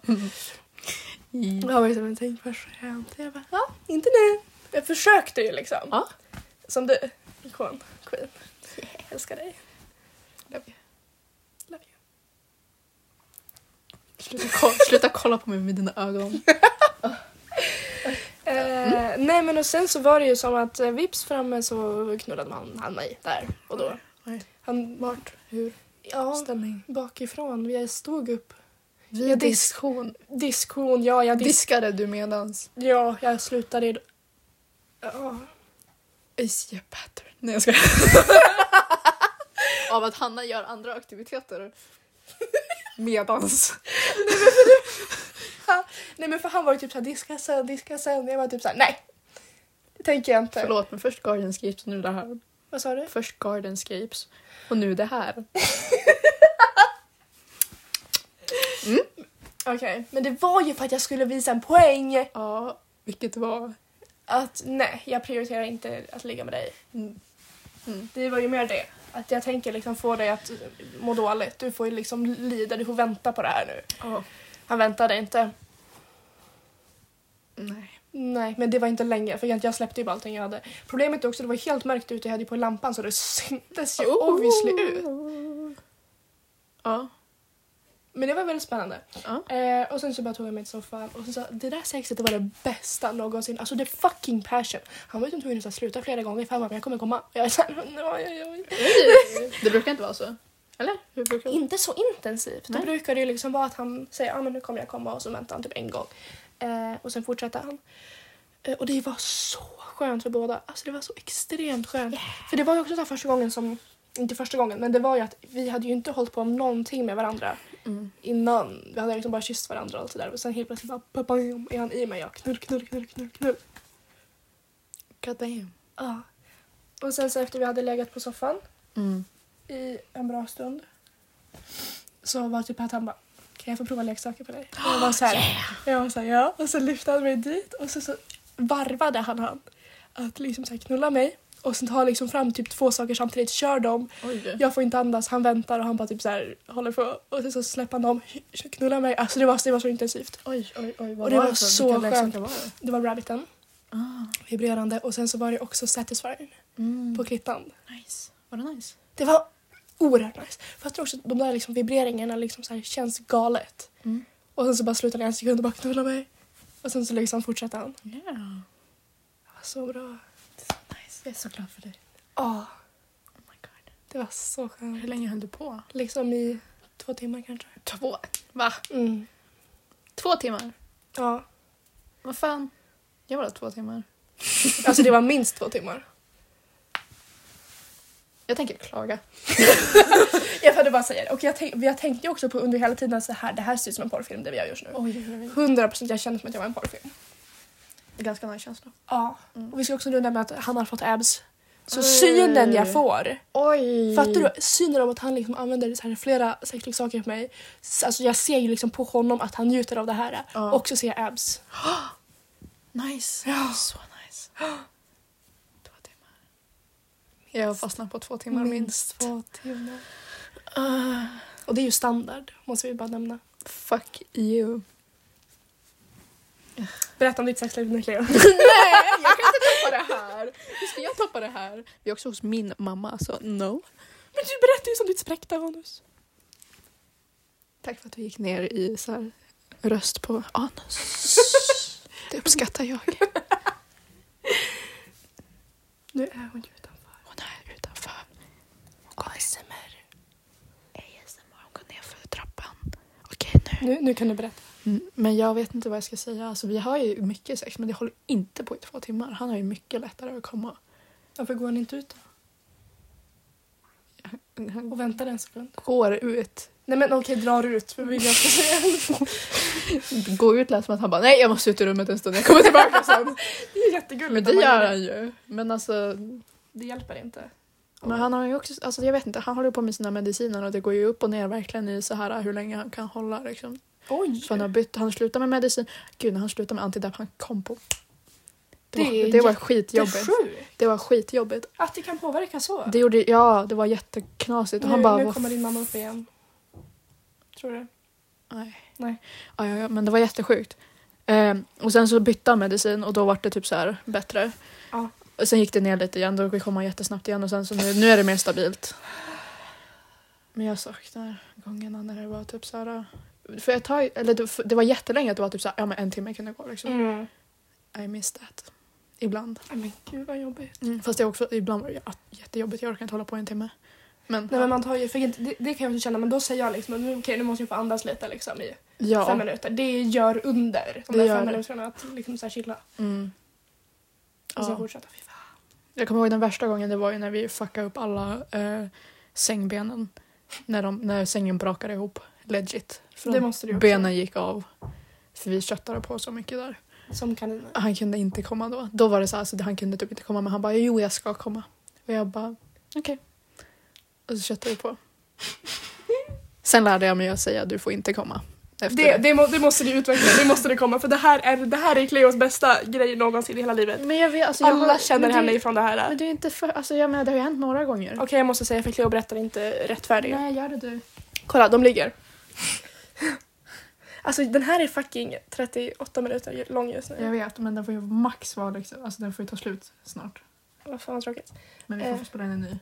Mm. Och han var ju så här, men tänk på skönt. Jag bara, ja, inte nu. Jag försökte ju liksom. Ja. Som du, ikon, queen. Älskar dig. Love you. Love you. Sluta, ko- sluta kolla på mig med dina ögon. Eh, nej men och sen så var det ju som att eh, vips framme så knullade man han mig där och då. Oj. Han, Vart? Hur? ja, Ställning. bakifrån. Jag stod upp. Vid Jag dis- diskhon. Diskhon, ja jag disk... Diskade du medans? Ja, jag slutade i... Ja. Is your pattern. Nej jag skojar. Av att Hanna gör andra aktiviteter. Medans. Nej men för han var ju typ såhär diska sen, diska sen. Jag var typ såhär nej. Det tänker jag inte. Förlåt men först Gardenscapes och nu det här. Vad sa du? Först Gardenscapes och nu det här. Okej. Men det var ju för att jag skulle visa en poäng. Ja, vilket var. Att nej, jag prioriterar inte att ligga med dig. Mm. Det var ju mer det. Att jag tänker liksom få dig att må dåligt. Du får ju liksom lida, du får vänta på det här nu. Ja. Han väntade inte. Nej. Nej, men det var inte länge för jag jag släppte ju bara allting jag hade. Problemet är också att det var helt mörkt ute, jag hade ju på lampan så det syntes ju obviously ut. Ja. Men det var väldigt spännande. Ja. Eh, och sen så bara tog jag mig till soffan och sen sa det där sexet det var det bästa någonsin. Alltså det är fucking passion. Han var ju tvungen att sluta flera gånger för han bara men jag kommer komma. Och jag sa oj, oj, oj. Det brukar inte vara så. Eller? Hur brukar det Inte så intensivt. Då Nej. brukar det ju liksom vara att han säger ah, men nu kommer jag komma och så väntar han typ en gång. Eh, och sen fortsätter han. Eh, och det var så skönt för båda. Alltså det var så extremt skönt. För det var ju också så här första gången som, inte första gången, men det var ju att vi hade ju inte hållit på med någonting med varandra Mm. innan. Vi hade liksom bara kysst varandra och allt sådär och sen helt plötsligt bara ba- bam, är han i mig. Jag knull, knull, knull, knull, knull. God damn. Ja. Och sen så efter vi hade legat på soffan Mm. i en bra stund så var typ att han bara kan jag få prova leksaker på dig? Och jag var så här, jag var så här, ja. Och så lyfte han mig dit och så, så varvade han han att liksom så här knulla mig och sen tar liksom fram typ två saker samtidigt, kör dem. Oj. Jag får inte andas, han väntar och han bara typ så här håller på och sen så släpper han dem, knullar mig. Alltså det var, det var så intensivt. Oj, oj, oj. Vad Och det var för- så vilka leksaker skönt. var det? Det var rabbiten, Ah, vibrerande och sen så var det också satisfying mm. på klittan. Nice. Var det nice? Det var oerhört nice. För jag tror också att de där liksom vibreringarna liksom så här känns galet. Mm. Och sen så bara slutade jag en sekund och bara knulla mig. Och sen så liksom fortsatte han. Yeah. Det var så bra. Nice. Jag är så glad för dig. Ja, Oh my god. det var så skönt. Hur länge höll du på? Liksom i två timmar kanske. Två. Va? Mm. Två timmar? Ja, Vad fan? Jag var där två timmar. alltså det var minst två timmar. Jag tänker klaga. Jag hade bara säga det. Och jag, tänk, jag tänkte ju också på under hela tiden så här, det här ser ut som en porrfilm det vi gör just nu. Oj, oj, oj. 100 procent, jag kände som att jag var en porrfilm. Ganska nice känsla. Ja. Mm. Och vi ska också nu nämna att han har fått abs. Så Oj. synen jag får. Oj! Fattar du synen om att han liksom använder så här flera sexleksaker på mig? S- Alltså jag ser ju liksom på honom att han njuter av det här. Ja. Och så ser jag abs. Nice. Ja. Så nice. Två timmar. Jag fastnar på två timmar minst. två timmar. Ah, Och det är ju standard, måste vi bara nämna. fuck you. Berätta om ditt sexliv nu, Cleo. Nej, jag kan inte toppa det här. Hur ska jag toppa det här? Vi är också hos min mamma, så no. Men du berättade ju om ditt spräckta anus. Tack för att du gick ner i så här, röst på anus. Det uppskattar jag. Nu är hon ju utanför. Hon är utanför. Hon går ASMR. ASMR. Hon går ner för trappan. Okej, nu. Nu, nu kan du berätta. Mm, Men jag vet inte vad jag ska säga. Alltså, vi har ju mycket sex men det håller inte på i två timmar. Han har ju mycket lättare att komma. Varför går han inte ut då? Han Och väntar en sekund. går ut. Nej men okej, drar ut. För vi jag ska säga. Går ut lät som att han bara nej jag måste ut i rummet en stund jag kommer tillbaka sen. Det är jättegulligt. Men det att man gör han ju. Men alltså. Det hjälper inte. Men han har ju också, alltså jag vet inte, han håller på med sina mediciner och det går ju upp och ner verkligen i så här hur länge han kan hålla liksom. Oj! För han har bytt, han slutar med medicin. Gud när han slutade med antidepp han kom på. Det, Det var, är det var Det är skitjobbigt. sjukt Det var skitjobbigt. att det kan påverka så. Det gjorde, ja det var jätteknasigt. Och nu, han bara, nu "Vad kommer din mamma upp igen. Tror du? Nej. Nej. Ja, ja, ja, men det var jättesjukt. Ehm, och sen så bytte han medicin och då var det typ så här bättre. Ja. Och sen gick det ner lite igen, då kom han jättesnabbt igen och sen så nu, nu är det mer stabilt. Men jag saknar gångerna när det var typ så här... För ett tag, eller det, för- det var jättelänge att det var typ så här, ja men en timme kunde gå liksom. Mm. I miss that. Ibland. Nej, Men gud vad jobbigt. Fast det också, ibland var det ja, jättejobbigt, jag orkar inte hålla på en timme. Men, Nej, men man tar ju, för inte- det, det kan jag också känna, men då säger jag liksom okej nu måste jag få andas lite liksom, i fem ja. minuter. Det gör under de Det där gör fem det. minuterna att liksom så här chilla Mm. och sen Ja. fortsätta. Fy fan. Jag kommer ihåg den värsta gången det var ju när vi fuckade upp alla eh, sängbenen. När, de, när sängen brakade ihop. Legit. För Det de- måste du ju också. benen gick av. För vi köttade på så mycket där. Som kaniner. Han kunde inte komma då. Då var det så här, alltså, han kunde typ inte komma men han bara jo jag ska komma. Och jag bara okej. Och så köttade vi på. Sen lärde jag mig att säga du får inte komma. Efter Det, det, det, må, det måste du utveckla, det måste det komma för det här är, det här är Cleos bästa grej någonsin i hela livet. Men jag vet, alltså, jag Alla har- känner men det- henne ifrån det här. Men Okej det är inte för, alltså jag menar det har ju hänt några gånger. jag måste säga för Cleo berättar inte rättfärdigt. Nej gör det du. Kolla, de ligger. Alltså den här är fucking 38 minuter lång just Jag nu. vet, men den får ju max vara liksom, alltså den får ju ta slut snart. Vad fan vad tråkigt. Men vi får Eh. få spela in en ny.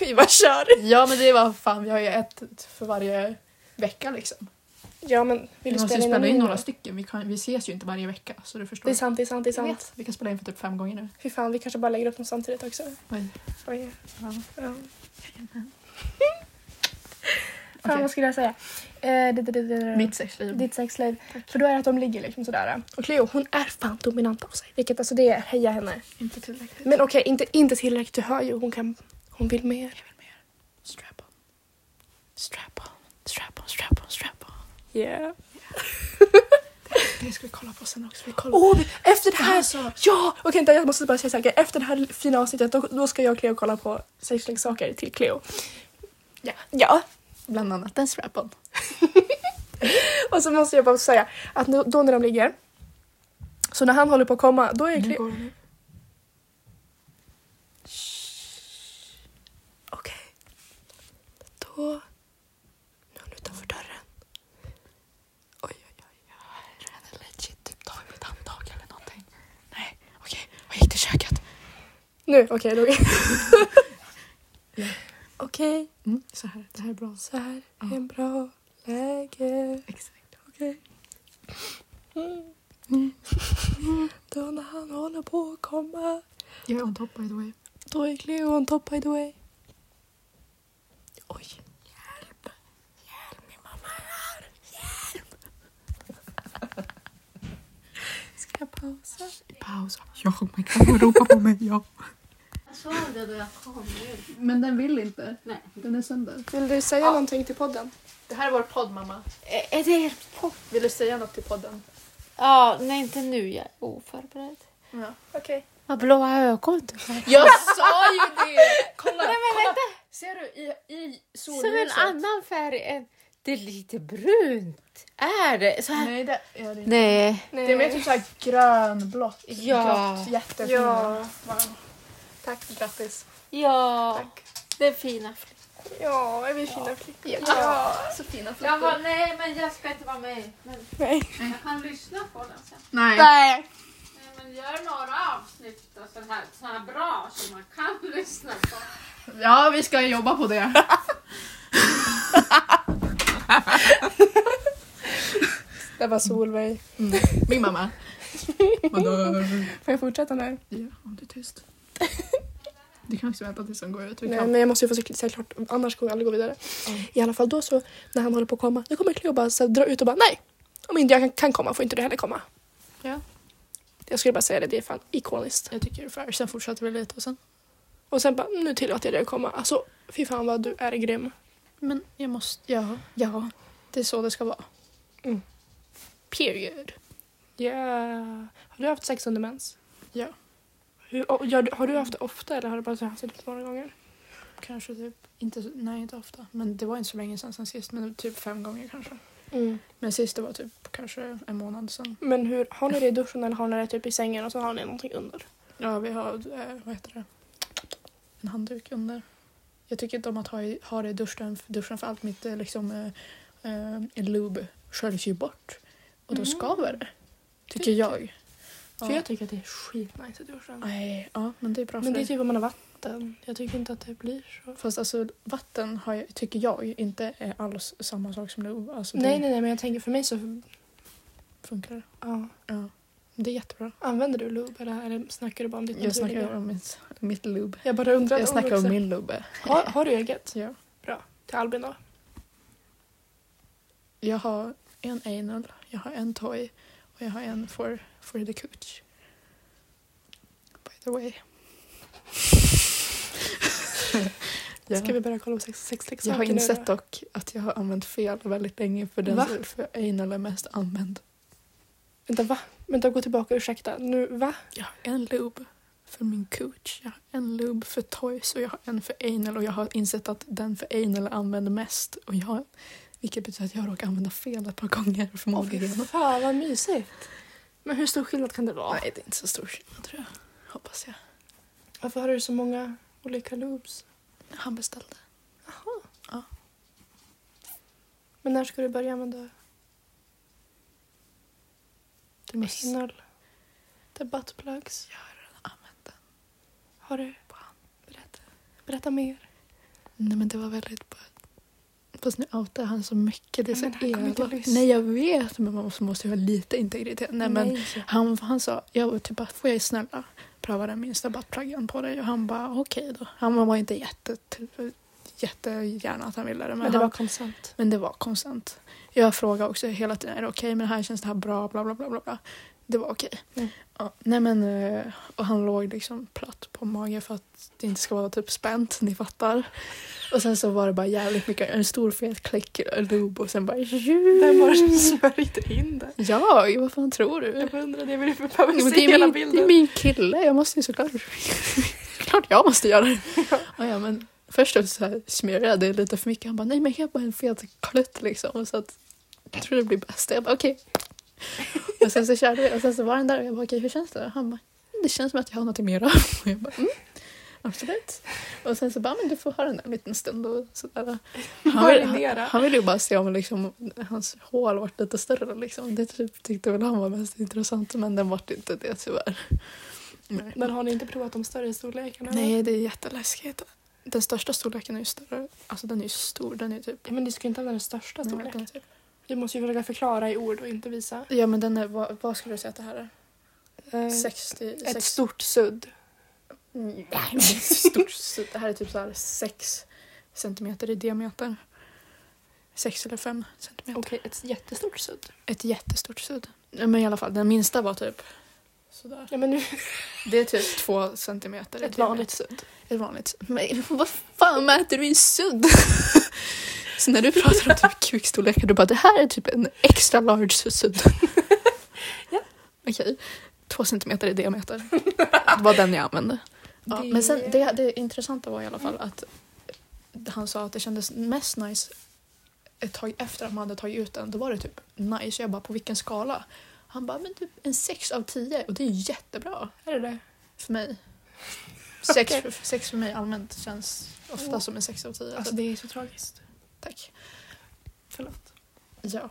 Vi bara kör. Ja men det var fan, vi har ju ett för varje vecka liksom. Ja men Vi vill du måste spela ju in, spela en in ny? några stycken, vi, kan, vi ses ju inte varje vecka så du förstår. Det är sant, det är sant, det är Jag sant. vet. Vi kan spela in för typ fem gånger nu. Fy fan, vi kanske bara lägger upp dem samtidigt också. Oj. Oj. Ja. Ja. Fan, Okej. vad skulle jag säga? Eh, det, det, det, det, det. Mitt sexliv. Ditt sexliv. För då är det att de ligger liksom sådär. Och Cleo, hon är fan dominant av sig. Vilket alltså det är, heja henne. Inte tillräckligt. Men okej, inte, inte tillräckligt. Du hör ju, hon kan... Hon vill mer. Strap on. Strap on. Strap on, strap on, strap on. Yeah. Det ska vi kolla på sen också. Vi kollar. Åh, vi- efter Oh, det här... Alltså, Ja! Okej, vänta, jag måste bara säga saker. Efter det här fina avsnittet, då, då ska jag och Cleo kolla på sexleksaker till Cleo. Ja. Ja. bland annat en strap on. Och så måste jag bara säga att nu- då när de ligger, så när han håller på att komma, då är Nu Cleo... går det. Okej. Då... Nu är hon utanför dörren. Oj, oj, oj. Jag är redan legit typ tagit mitt handtag eller någonting. Nej, okej. Vad gick till köket? Nu, okej. då. Okej. Mm, så här. Det här är bra. Så här är en bra läge. Exakt. Okej. Då när han håller på att komma, Jag är on top by the way. då är Cleo on top by the way. Oj. Hjälp! Hjälp, min mamma är här! Hjälp! Ska jag pausa? Paus. Ja, man kan ropa på mig. Ja. Såg du då jag kom ut? Men den vill inte. Nej. Den är sönder. Vill du säga någonting till podden? Det här är vår podd mamma. Är det helt på? Vill du säga något till podden? Ja, nej inte nu. Jag är oförberedd. Ja. Okej. Vad blåa ögon du har. Jag sa ju det! Kolla! kolla. Ser du i, i Som en solljuset? annan färg än... Det är lite brunt. Är det? Så här. Nej det är det inte. Nej. Nej. Det är mer typ såhär grönblått. Ja. Grått, jättefint. Ja. Wow. Tack. Grattis. Ja. Tack. Det är fina flickor. Ja, är vi fina flickor? Ja. Så fina Jaha, nej men jag ska inte vara med. Men Nej. jag kan lyssna på den sen. Nej. Nej. Nej, men gör några avsnitt då, sådana här, sån här bra som man kan lyssna på. Ja, vi ska jobba på det. Det var Solveig. Min mamma. Vadå? Får jag fortsätta nu? Ja, om du är tyst. Du kan också vänta tills de går ut. Vi Nej, kan... men jag måste ju få cykla- säga klart, annars kommer jag aldrig gå vidare. I alla fall då så, när han håller på att komma, då kommer Cleo bara så här, dra ut och bara nej! Om inte jag kan, kan komma får inte du heller komma. Ja. Jag skulle bara säga det, det är fan ikoniskt. Jag tycker det är fair. Sen fortsätter vi lite och sen. Och sen bara, nu tillåter jag dig att komma. Alltså, fy fan vad du är grym. Men jag måste... Ja, ja. Det är så det ska vara. Mm. Period. Yeah. Har du haft sex under mens? Ja. Hur, och, gör, du- har du haft det ofta eller har du bara så här haft det några gånger? Kanske typ... Inte, så- nej, inte ofta. Men det var inte så länge sedan sen sist. Men typ fem gånger kanske. Mm. Men sist det var typ kanske en månad sedan. Men hur, har ni det i duschen eller har ni det typ i sängen och så har ni någonting under? Ja, vi har... Eh, vad heter det? En handduk under. Jag tycker inte om att ha, i, ha det i duschen. Duschen för allt mitt eh, liksom, eh, eh, lube sköljs ju bort. Och då skaver det. Tycker jag. För jag tycker att det är skitnice i duschen. Nej, ja, men det är bra Men för det är dig. typ om man har vatten. Jag tycker inte att det blir så. Fast alltså vatten har jag, tycker jag inte är alls samma sak som lube. Alltså, Nej, det nej, nej, men jag tänker för mig så... funkar. Ja. Ja. Det är jättebra. Använder du lube eller, eller snackar du bara om ditt Jag snackar naturliga? om mitt, mitt lube. Jag bara undrar. Jag snackar också. om min lube. Har, har du eget? Ja. Till Albin då? Jag har en anal, jag har en toy och jag har en for, for the cooch. By the way. ja. Ska vi börja kolla på sex, sexleksaker Jag har nu insett då? dock att jag har använt fel väldigt länge för Va? den för anal är mest använd. Vänta, va? Vänta, gå tillbaka. Ursäkta. Nu, va? Jag har en lube för min cooch, jag har en lube för toys och jag har en för anal och jag har insett att den för anal använder mest. Och jag, vilket betyder att jag har råkat använda fel ett par gånger Åh, fy förmodligen. fan vad mysigt. Men hur stor skillnad kan det vara? Nej, det är inte så stor skillnad tror jag. Hoppas jag. Varför har du så många olika loops? Han beställde. Men när ska du börja använda Du måste innehåll? The butt plugs. använda den. Har du? Berätta. Berätta mer. Nej men det var väldigt bara... Fast nu outar han så mycket. Det är Ja, men så han kommer inte elakt. lyssna. Nej jag vet men man måste, måste ju ha lite integritet. Nej, men han, han sa, jag var typ bara, får jag snälla pröva den minsta buttpluggen på dig? Och han bara okej då. Han var inte jätte, typ- jättegärna att han ville det. Men, Men det var han, konsent. men det var konsent. Jag frågade också hela tiden, är det okej men här känns det här bra, bla bla bla bla. bla. Det var okej. Mm. Ja, nej men, eh, och han låg liksom platt på magen för att det inte ska vara typ spänt, ni fattar. Och sen så var det bara jävligt mycket, en stor fet klick, lob och sen bara Vem var det som smörjde in det? Jag, vad fan tror du? Jag bara undrar, det vill jag behöver Jo, men se det, är hela min, det är bilden. min kille, jag måste ju såklart... klart jag måste göra det. Ja, ja, men först så här smörjade jag det lite för mycket. Han bara, nej men jag är bara en fet klutt liksom. Och Så att jag tror det blir bäst. Jag bara okej. Och sen så körde vi och sen så var den där och jag bara okej hur känns det då? Han bara "Mm, det känns som att jag har något mer av. Och jag bara mm, absolut. Och sen så bara men du får ha den där en liten stund och sådär. Han ville han, han vill ju bara se om liksom, hans hål vart lite större liksom. Det typ, tyckte väl han var mest intressant men den vart inte det tyvärr. Nej. Men har ni inte provat de större storlekarna? Nej, det är jätteläskigt. Den största storleken är ju större. Alltså den är ju stor. Den är typ... Ja, men du ska inte använda den största Nej, storleken. den typ. Du måste ju försöka förklara i ord och inte visa. Ja men den är, vad, vad skulle du säga att det här är? Eh, 60? ett 60 stort sudd. Mm, Nej, men det är stort. Så Det här är typ så här 6 centimeter i diameter. 6 eller 5 centimeter. Okej, ett jättestort sudd. Ett jättestort sudd. Ja, Men i alla fall, den minsta var typ sådär. Ja, men nu, Det är typ 2 centimeter. i ett diameter. vanligt sudd. Ett vanligt. Men vad fan mäter du i sudd? Så när du pratar om typ kukstorlekar, du bara det här är typ en extra large sudd. Ja. Okej, två centimeter i diameter. Det var den jag använde. Ja, Det- Mm. Men sen det, det intressanta var i alla fall att han sa att det kändes mest nice ett tag efter att man hade tagit ut den. Då var det typ nice. Jag bara på vilken skala? Han bara men typ en 6 av 10 och det är jättebra. Är det det? För mig. Sex, för, sex för mig allmänt känns ofta som en sex av tio. Alltså det är så tragiskt. Tack. Förlåt. Ja.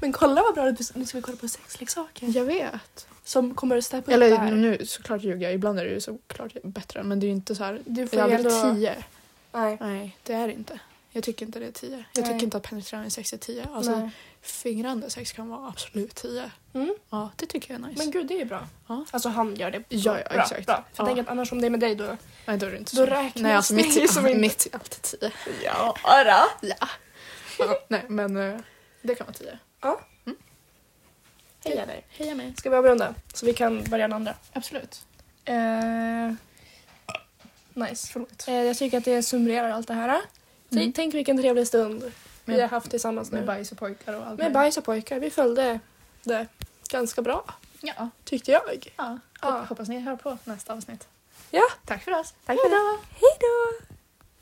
Men kolla vad bra det Nu ska vi kolla på sexleksaker. Jag vet. Som kommer att steppa upp Eller där. nu såklart ljuger jag. Ibland är det ju såklart bättre men det är ju inte så här. Du får Jag ju vill ändå... tio. Nej. Nej det är det inte. Jag tycker inte det är tio. Jag Nej. tycker inte att penetrerande sex är tio. Alltså Nej. fingrande sex kan vara absolut tio. Mm. Ja det tycker jag är nice. Men gud, det är ju bra. Ja. Alltså han gör det. Ja, ja, bra, exakt. Bra. För Ja. jag tänker att annars om det är med dig då... Nej då är det inte Då så. räknas Nej alltså det mitt, ju som inte- mitt är alltid tio. Ja, Ja. ja. Nej men eh, det kan vara tio. Heja dig. Heja mig. Ska vi avrunda? Så vi kan börja den andra. Absolut. Eh, nice. Förlåt. Eh, jag tycker att det summerar allt det här. Tänk- Mm. Tänk vilken trevlig stund vi Med- har haft tillsammans nu. Med bajs och pojkar och allt Med möjligt. bajs och pojkar. Vi följde det ganska bra, Ja. tyckte jag. ja. Ja. Hoppas ni hör på nästa avsnitt. Ja. Tack för oss. Tack för det. Hej då!